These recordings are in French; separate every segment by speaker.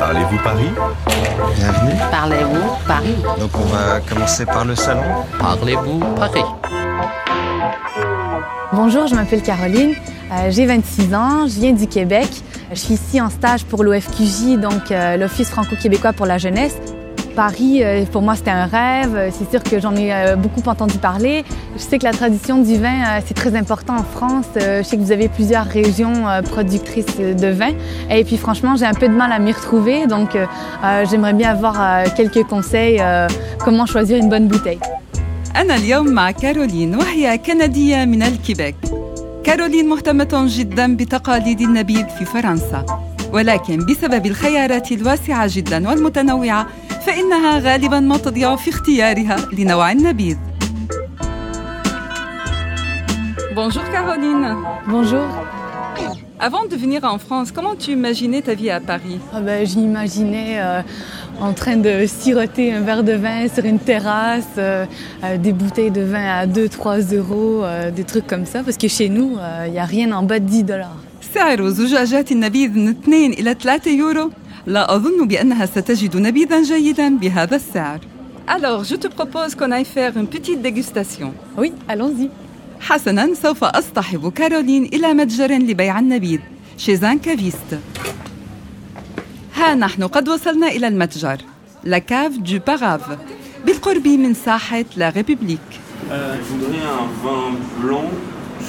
Speaker 1: Parlez-vous Paris
Speaker 2: Bienvenue.
Speaker 3: Parlez-vous Paris
Speaker 2: Donc on va commencer par le salon.
Speaker 3: Parlez-vous Paris
Speaker 4: Bonjour, je m'appelle Caroline, euh, j'ai 26 ans, je viens du Québec. Je suis ici en stage pour l'OFQJ, donc euh, l'Office franco-québécois pour la jeunesse. Paris, euh, pour moi, c'était un rêve. C'est sûr que j'en ai euh, beaucoup entendu parler. Je sais que la tradition du vin, euh, c'est très important en France. Euh, Je sais que vous avez plusieurs régions euh, productrices euh, de vin. Et puis, franchement, j'ai un peu de mal à m'y retrouver. Donc, euh, euh, j'aimerais bien avoir euh, quelques conseils euh, comment choisir une bonne bouteille.
Speaker 5: أنا اليوم مع كارولين وهي كندية من الكيبيك. كارولين مهتمة جدا بتقاليد النبيذ في فرنسا، ولكن بسبب الخيارات الواسعة جدا والمتنوعة فإنها غالبا ما تضيع في اختيارها لنوع النبيذ. Bonjour Caroline.
Speaker 4: Bonjour.
Speaker 5: Avant de venir en France, comment tu imaginais ta vie à Paris
Speaker 4: Ah ben, J'imaginais euh, en train de siroter un verre de vin sur une terrasse, euh, euh, des bouteilles de vin à 2-3 euros, euh, des trucs comme ça, parce que chez nous, il n'y a rien en bas de 10 dollars.
Speaker 5: سعر زجاجات النبيذ من 2 إلى 3 يورو لا أظن بأنها ستجد نبيذا جيدا بهذا السعر Alors, je te propose qu'on aille faire une petite dégustation.
Speaker 4: Ah Oui, allons-y.
Speaker 5: حسنا سوف أصطحب كارولين إلى متجر لبيع النبيذ شيزان كافيست ها نحن قد وصلنا إلى المتجر لكاف دو باراف بالقرب من ساحة لا ريبوبليك
Speaker 6: Euh, je voudrais un vin blanc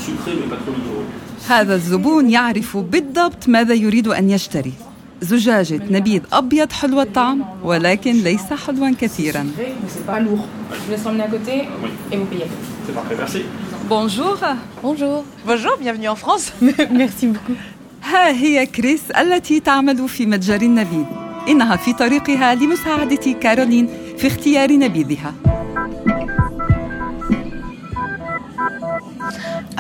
Speaker 6: sucré mais pas trop liquoreux.
Speaker 5: هذا الزبون يعرف بالضبط ماذا يريد أن يشتري زجاجة نبيذ أبيض حلو الطعم ولكن ليس حلوا كثيرا
Speaker 7: mais c'est pas lourd. Je vous laisse emmener à côté
Speaker 6: Oui.
Speaker 7: et vous payez.
Speaker 6: C'est parfait, merci.
Speaker 5: بونجور
Speaker 4: Bonjour.
Speaker 8: Bonjour, bienvenue en France.
Speaker 4: Merci beaucoup.
Speaker 5: ها هي كريس التي تعمل في متجر النبيذ إنها في طريقها لمساعدة كارولين في اختيار نبيذها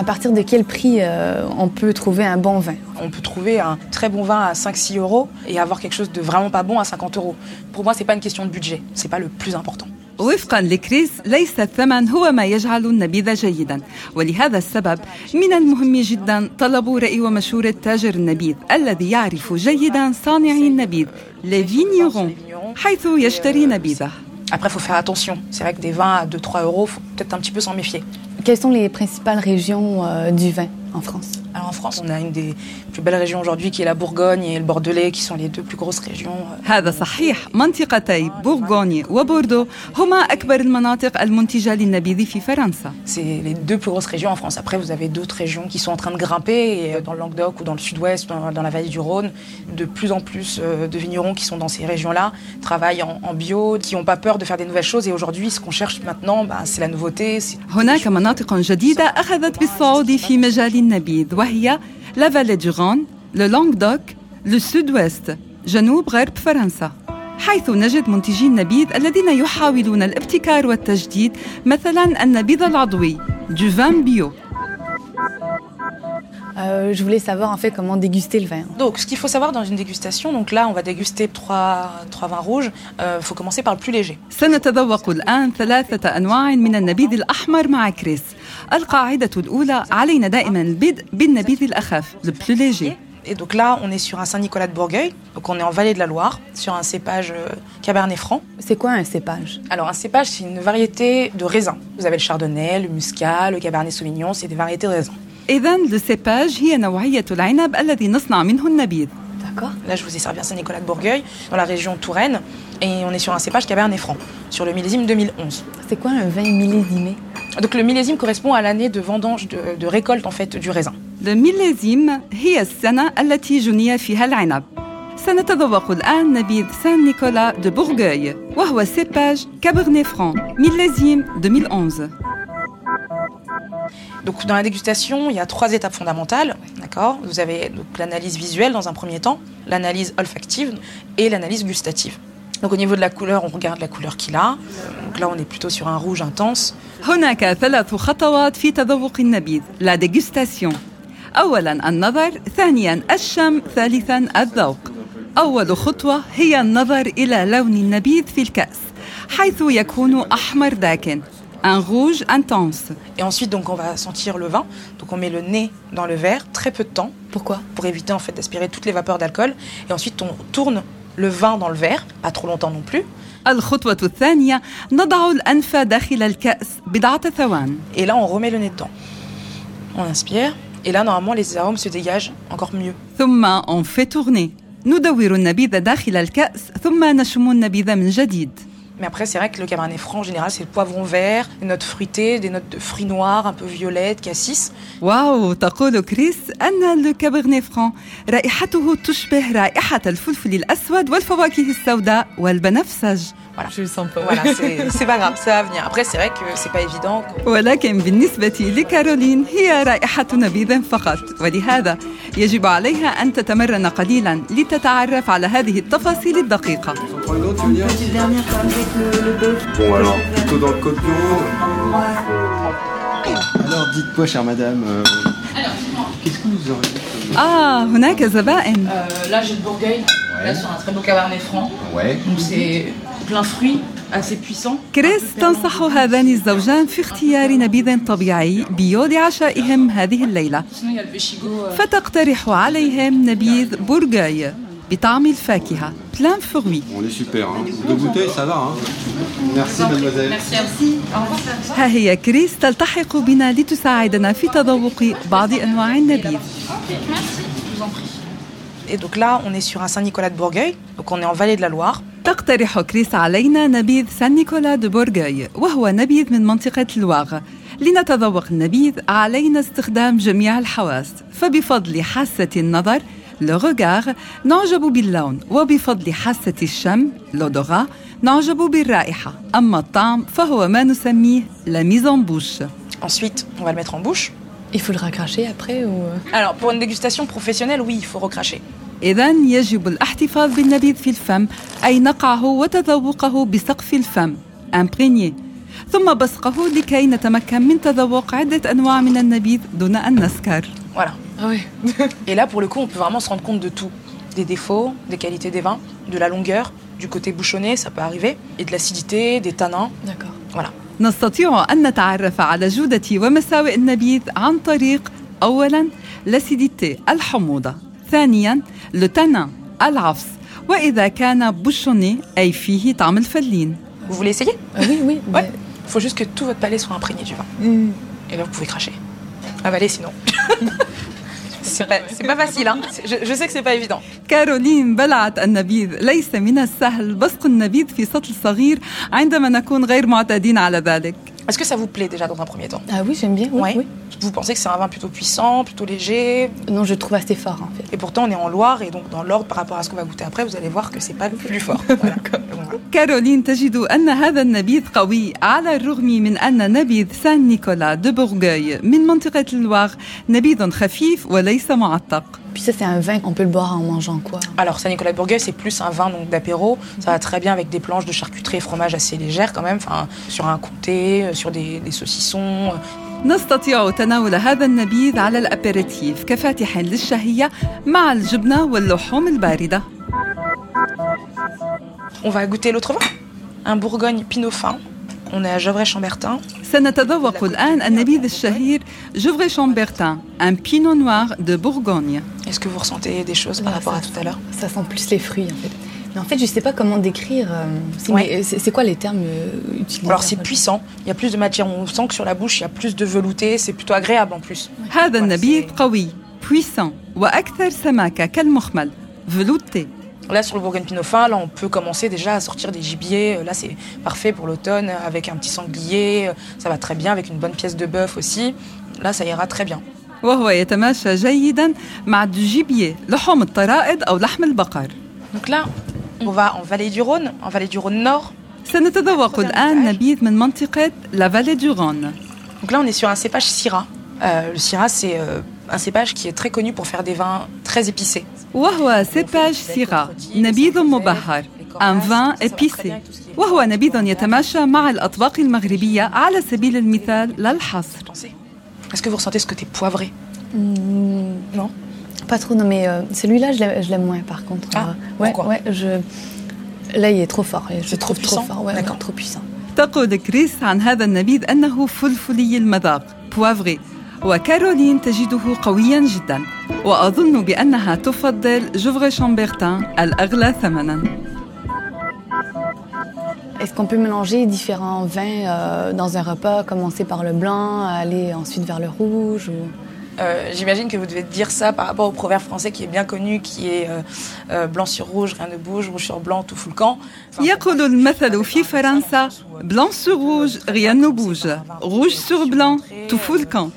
Speaker 4: À partir de quel prix euh, on peut trouver un bon vin
Speaker 8: On peut trouver un très bon vin à 5-6 euros et avoir quelque chose de vraiment pas bon à 50 euros. Pour moi, c'est pas une question de budget, c'est pas le plus important.
Speaker 5: وفقا لكريس ليس الثمن هو ما يجعل النبيذ جيدا ولهذا السبب من المهم جدا طلب رأي ومشورة تاجر النبيذ الذي يعرف جيدا صانعي النبيذ لفينيرون حيث يشتري نبيذه
Speaker 8: Après, faut faire attention. C'est vrai que des vins à 2-3 euros, faut peut-être un petit peu s'en méfier.
Speaker 4: Quelles sont les principales régions euh, du vin en France
Speaker 8: Alors en France, on a une des plus belles régions aujourd'hui qui est la Bourgogne et le Bordelais qui sont les deux plus grosses régions. euh,
Speaker 5: هذا صحيح منطقتي بورغوني وبوردو هما أكبر المناطق المنتجة للنبيذ في فرنسا
Speaker 8: C'est les deux plus grosses régions en France. Après, vous avez d'autres régions qui sont en train de grimper, et euh, dans le Languedoc ou dans le sud-ouest, dans, dans la vallée du Rhône. De plus en plus euh, de vignerons qui sont dans ces régions-là travaillent en, en bio, qui n'ont pas peur de faire des nouvelles choses. Et aujourd'hui, ce qu'on cherche maintenant, bah, c'est la nouveauté. c'est-
Speaker 5: هناك مناطق جديدة أخذت بالصعود في مجال النبيذ وهي لافالي دوران، لونغدوك، السودويست، جنوب غرب فرنسا حيث نجد منتجي النبيذ الذين يحاولون الابتكار والتجديد مثلا النبيذ العضوي جوفان بيو
Speaker 4: Euh, Je voulais savoir en fait comment déguster le vin.
Speaker 8: Donc, ce qu'il faut savoir dans une dégustation, donc là, on va déguster trois, trois vins rouges. Il faut commencer par le plus léger.
Speaker 5: سنتذوق الآن ثلاثة أنواع من النبيذ الأحمر مع كريس القاعدة الأولى علينا دائما البدء بالنبيذ الأخف البلوليجي
Speaker 8: Et donc là, on est sur un Saint-Nicolas de Bourgueil. Donc, on est en vallée de la Loire, sur un cépage euh, Cabernet Franc.
Speaker 4: C'est quoi un cépage
Speaker 8: Alors, un cépage, c'est une variété de raisin. Vous avez le chardonnay, le muscat, le cabernet sauvignon, c'est des variétés de raisin.
Speaker 5: إذا السيباج هي نوعية العنب الذي نصنع منه النبيذ
Speaker 4: D'accord.
Speaker 8: Là, je vous ai servi un Saint-Nicolas de Bourgueil, dans la région Touraine, et on est sur un cépage cabernet franc, sur le millésime 2011.
Speaker 4: C'est quoi un vin millésimé
Speaker 8: Donc, le millésime correspond à l'année de vendange, de, de récolte, en fait, du raisin.
Speaker 5: الميليزيم هي السنة التي جني فيها العنب سنتذوق الآن نبيذ سان نيكولا دو بورغوي وهو سيباج كابرني فران ميليزيم 2011
Speaker 8: Donc, dans la dégustation, il y a trois étapes fondamentales, d'accord Vous avez donc l'analyse visuelle dans un premier temps, l'analyse olfactive et l'analyse gustative. Donc, au niveau de la couleur, on regarde la couleur qu'il a. Donc là, on est plutôt sur un rouge intense.
Speaker 5: هناك ثلاث خطوات في تذوق النبيذ لا ديجستاسيون أولا النظر ثانيا الشم ثالثا الذوق أول خطوة هي النظر إلى لون النبيذ في الكأس حيث يكون أحمر داكن un rouge intense.
Speaker 8: Et ensuite, donc, on va sentir le vin. Donc, on met le nez dans le verre, très peu de temps. Pourquoi Pour éviter en fait d'aspirer toutes les vapeurs d'alcool. Et ensuite, on tourne le vin dans le verre, pas trop longtemps non plus.
Speaker 5: الخطوة الثانية نضع الأنف داخل الكأس بضعة ثوان
Speaker 8: Et là, on remet le nez dedans. On inspire. Et là, normalement, les arômes se dégagent encore mieux.
Speaker 5: ثم on fait tourner ندور النبيذ داخل الكأس ثم نشم النبيذ من جديد
Speaker 8: Mais après, c'est vrai que le cabernet franc, en général, c'est le poivron vert, des notes fruitées, des notes de fruits noirs, un peu violettes, cassis.
Speaker 5: واو تقول كريس أن الكابرني فران رائحته تشبه رائحة الفلفل الأسود والفواكه السوداء والبنفسج
Speaker 7: Je le sens pas.
Speaker 8: Voilà, c'est c'est pas grave, ça va venir. Après, c'est vrai que c'est pas évident.
Speaker 5: ولكن بالنسبة لكارولين هي رائحة نبيذ فقط ولهذا يجب عليها أن تتمرن قليلا لتتعرف على هذه التفاصيل الدقيقة
Speaker 1: Bon alors, plutôt dans le côte
Speaker 2: Alors dites-moi, chère madame, euh, qu'est-ce que vous aurez
Speaker 5: آه هناك زبائن
Speaker 7: là, j'ai de Bourgueil. Là, sur un très beau cabernet franc.
Speaker 2: Ouais.
Speaker 7: Donc, c'est plein fruit, assez puissant.
Speaker 5: كريس تنصح هذان الزوجان في اختيار نبيذ طبيعي بيود عشائهم هذه الليلة
Speaker 7: Sinon, il y a le Véchigo. euh,
Speaker 5: فتقترح عليهم نبيذ بورغاي بطعم الفاكهة بلان فروي
Speaker 1: On est super, hein. Deux bouteilles, ça va, hein.
Speaker 2: Merci mademoiselle.
Speaker 7: Merci à vous.
Speaker 5: ها هي كريس تلتحق بنا لتساعدنا في تذوق بعض أنواع النبيذ
Speaker 8: Et donc là, on est sur un Saint-Nicolas de Bourgueil. Donc, on est en vallée de la Loire.
Speaker 5: تقترح كريس علينا نبيذ سان نيكولا دو بورغاي وهو نبيذ من منطقة الواغ لنتذوق النبيذ علينا استخدام جميع الحواس فبفضل حاسة النظر لوغار نعجب باللون وبفضل حاسة الشم لودوغا نعجب بالرائحة أما الطعم فهو ما نسميه لا ميزون بوش
Speaker 8: Ensuite, on va le mettre en bouche.
Speaker 9: Il faut le raccracher après ou... euh,
Speaker 8: Alors, pour une dégustation professionnelle, oui, il faut recracher.
Speaker 5: إذا يجب الاحتفاظ بالنبيذ في الفم أي نقعه وتذوقه بسقف الفم امبريني ثم بصقه لكي نتمكن من تذوق عدة أنواع من النبيذ دون أن نسكر
Speaker 8: Voilà.
Speaker 9: Ah ouais.
Speaker 8: Et là, pour le coup, on peut vraiment se rendre compte de tout. Des défauts, des qualités des vins, de la longueur, du côté bouchonné, ça peut arriver, et de l'acidité, des tanins.
Speaker 9: D'accord.
Speaker 8: Voilà.
Speaker 5: نستطيع أن نتعرف على جودة ومساوئ النبيذ عن طريق أولا لاسيديتي الحموضة ثانيا لتنا العفص وإذا كان بوشوني أي فيه طعم الفلين
Speaker 8: Vous voulez essayer
Speaker 9: Ah oui, oui.
Speaker 8: Ouais.
Speaker 9: mais-
Speaker 8: Il faut juste que tout votre palais soit imprégné du vin.
Speaker 9: Hmm.
Speaker 8: Et là, vous pouvez cracher. Avaler sinon. c'est pas, c'est pas facile, hein. C'est- Je, je sais que c'est pas évident.
Speaker 5: كارولين بلعت النبيذ ليس من السهل بصق النبيذ في سطل صغير عندما نكون غير معتادين على ذلك
Speaker 8: Est-ce que ça vous plaît déjà dans un premier temps
Speaker 9: Ah oui, j'aime bien. Oui,
Speaker 8: Ouais.
Speaker 9: oui.
Speaker 8: Vous pensez que c'est un vin plutôt puissant, plutôt léger
Speaker 9: Non, je le trouve assez fort en fait.
Speaker 8: Et pourtant, on est en Loire, et donc dans l'ordre par rapport à ce qu'on va goûter après, vous allez voir que c'est pas le plus fort. Voilà. Donc, voilà.
Speaker 5: كارولين تجد أن هذا النبيذ قوي على الرغم من أن نبيذ سان نيكولا دو بورغوي من منطقة الواغ نبيذ خفيف وليس معتق
Speaker 9: Puis ça, c'est un vin, on peut le boire en mangeant quoi.
Speaker 8: Alors, Saint-Nicolas de Bourgueil, c'est plus un vin donc d'apéro. Ça va très bien avec des planches de charcuterie et fromage assez légères quand même, enfin, sur un comté, euh, sur des, des saucissons. euh.
Speaker 5: نستطيع تناول هذا النبيذ على الأبيريتيف كفاتح للشهية مع الجبنة واللحوم الباردة
Speaker 8: On va goûter l'autre vin. Un Bourgogne Pinot fin. On est à Gevrey-Chambertin.
Speaker 5: سنتذوق الآن النبيذ الشهير جوفري شامبرتان أن بينو نوار دو بورغونيا
Speaker 8: Est-ce que vous ressentez des choses par
Speaker 9: Ah,
Speaker 8: rapport
Speaker 9: ça,
Speaker 8: à tout à l'heure
Speaker 9: Ça sent plus les fruits en fait. Mais en fait, je sais pas comment décrire. euh, c'est- mais,
Speaker 8: Ouais.
Speaker 9: euh, C'est c'est quoi les termes euh, utilisés
Speaker 8: Alors c'est
Speaker 9: en fait
Speaker 8: puissant, il y a plus de matière, on sent que sur la bouche il y a plus de velouté, c'est plutôt agréable en plus.
Speaker 5: هذا
Speaker 8: Voilà,
Speaker 5: النبيذ قوي بويسون وأكثر سماكة كالمخمل فلوتي
Speaker 8: c'est- Là sur le Bourgogne Pinot fin, là on peut commencer déjà à sortir des gibiers, Euh, là c'est parfait pour l'automne euh, avec un petit sanglier, euh, ça va très bien avec une bonne pièce de bœuf aussi. Là ça ira très bien.
Speaker 5: وهو يتماشى جيدا مع الجيبية لحوم الطرائد أو لحم البقر
Speaker 8: Donc là, on va en vallée du Rhône, en vallée du Rhône Nord.
Speaker 5: سنتذوق الآن نبيذ من منطقة لافالي دو غون
Speaker 8: Donc là, on est sur un cépage Syrah. Euh, le Syrah, c'est euh, un cépage qui est très connu pour faire des vins très épicés.
Speaker 5: وهو سيباج سيرا نبيذ مبهر أن فان إبيسي وهو نبيذ يتماشى مع الأطباق المغربية على سبيل المثال لا الحصر
Speaker 8: Pensez. Est-ce que vous ressentez ce côté poivré
Speaker 9: Hmm,
Speaker 8: Non
Speaker 9: Pas trop, non, mais euh, celui-là, je l'aime je l'aime moins par contre.
Speaker 8: Ah,
Speaker 9: Euh, ouais,
Speaker 8: pourquoi
Speaker 9: ouais, je. Là, il est trop fort. Je le
Speaker 8: trop
Speaker 9: trouve trop
Speaker 8: puissant
Speaker 9: fort. Ouais, ouais,
Speaker 8: D'accord.
Speaker 9: trop puissant.
Speaker 5: تقول كريس عن هذا النبيذ أنه فلفلي المذاق بوافري وكارولين تجده قويا جدا وأظن بأنها تفضل جوفر شامبرتان الأغلى ثمنا
Speaker 9: Est-ce qu'on peut mélanger différents vins euh, dans un repas, commencer par le blanc, aller ensuite vers le rouge ou...
Speaker 8: Euh, J'imagine que vous devez dire ça par rapport au proverbe français qui est bien connu, qui est euh, euh, blanc sur rouge, rien ne bouge, rouge sur blanc, tout fout le camp. Enfin,
Speaker 5: يقول المثل في فرنسا بلان سور روج rien ne bouge روج سور بلان تفو الكون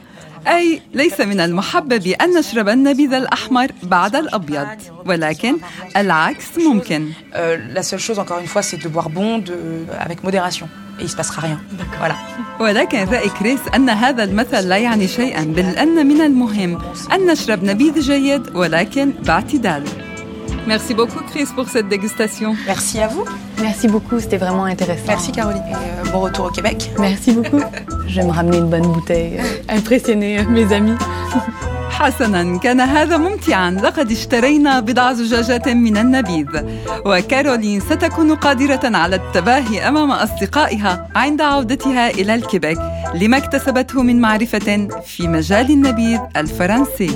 Speaker 5: أي ليس من المحبب أن نشرب النبيذ الأحمر بعد الأبيض ولكن العكس ممكن
Speaker 8: euh, la seule chose, encore une fois, c'est de boire bon de, avec modération. Et il se passera rien. Voilà.
Speaker 5: ولكن رأي كريس أن هذا المثل لا يعني شيئا بل أن من المهم أن نشرب نبيذ جيد ولكن باعتدال Merci beaucoup Chris pour cette dégustation.
Speaker 8: Merci à vous.
Speaker 9: Merci beaucoup, c'était vraiment intéressant.
Speaker 8: Merci Caroline. Et euh, bon retour au Québec.
Speaker 9: Merci beaucoup. Je vais me ramener une bonne bouteille, euh, impressionner euh, mes amis.
Speaker 5: حسنا كان هذا ممتعا لقد اشترينا بضع زجاجات من النبيذ وكارولين ستكون قادرة على التباهي أمام أصدقائها عند عودتها إلى الكيبك لما اكتسبته من معرفة في مجال النبيذ الفرنسي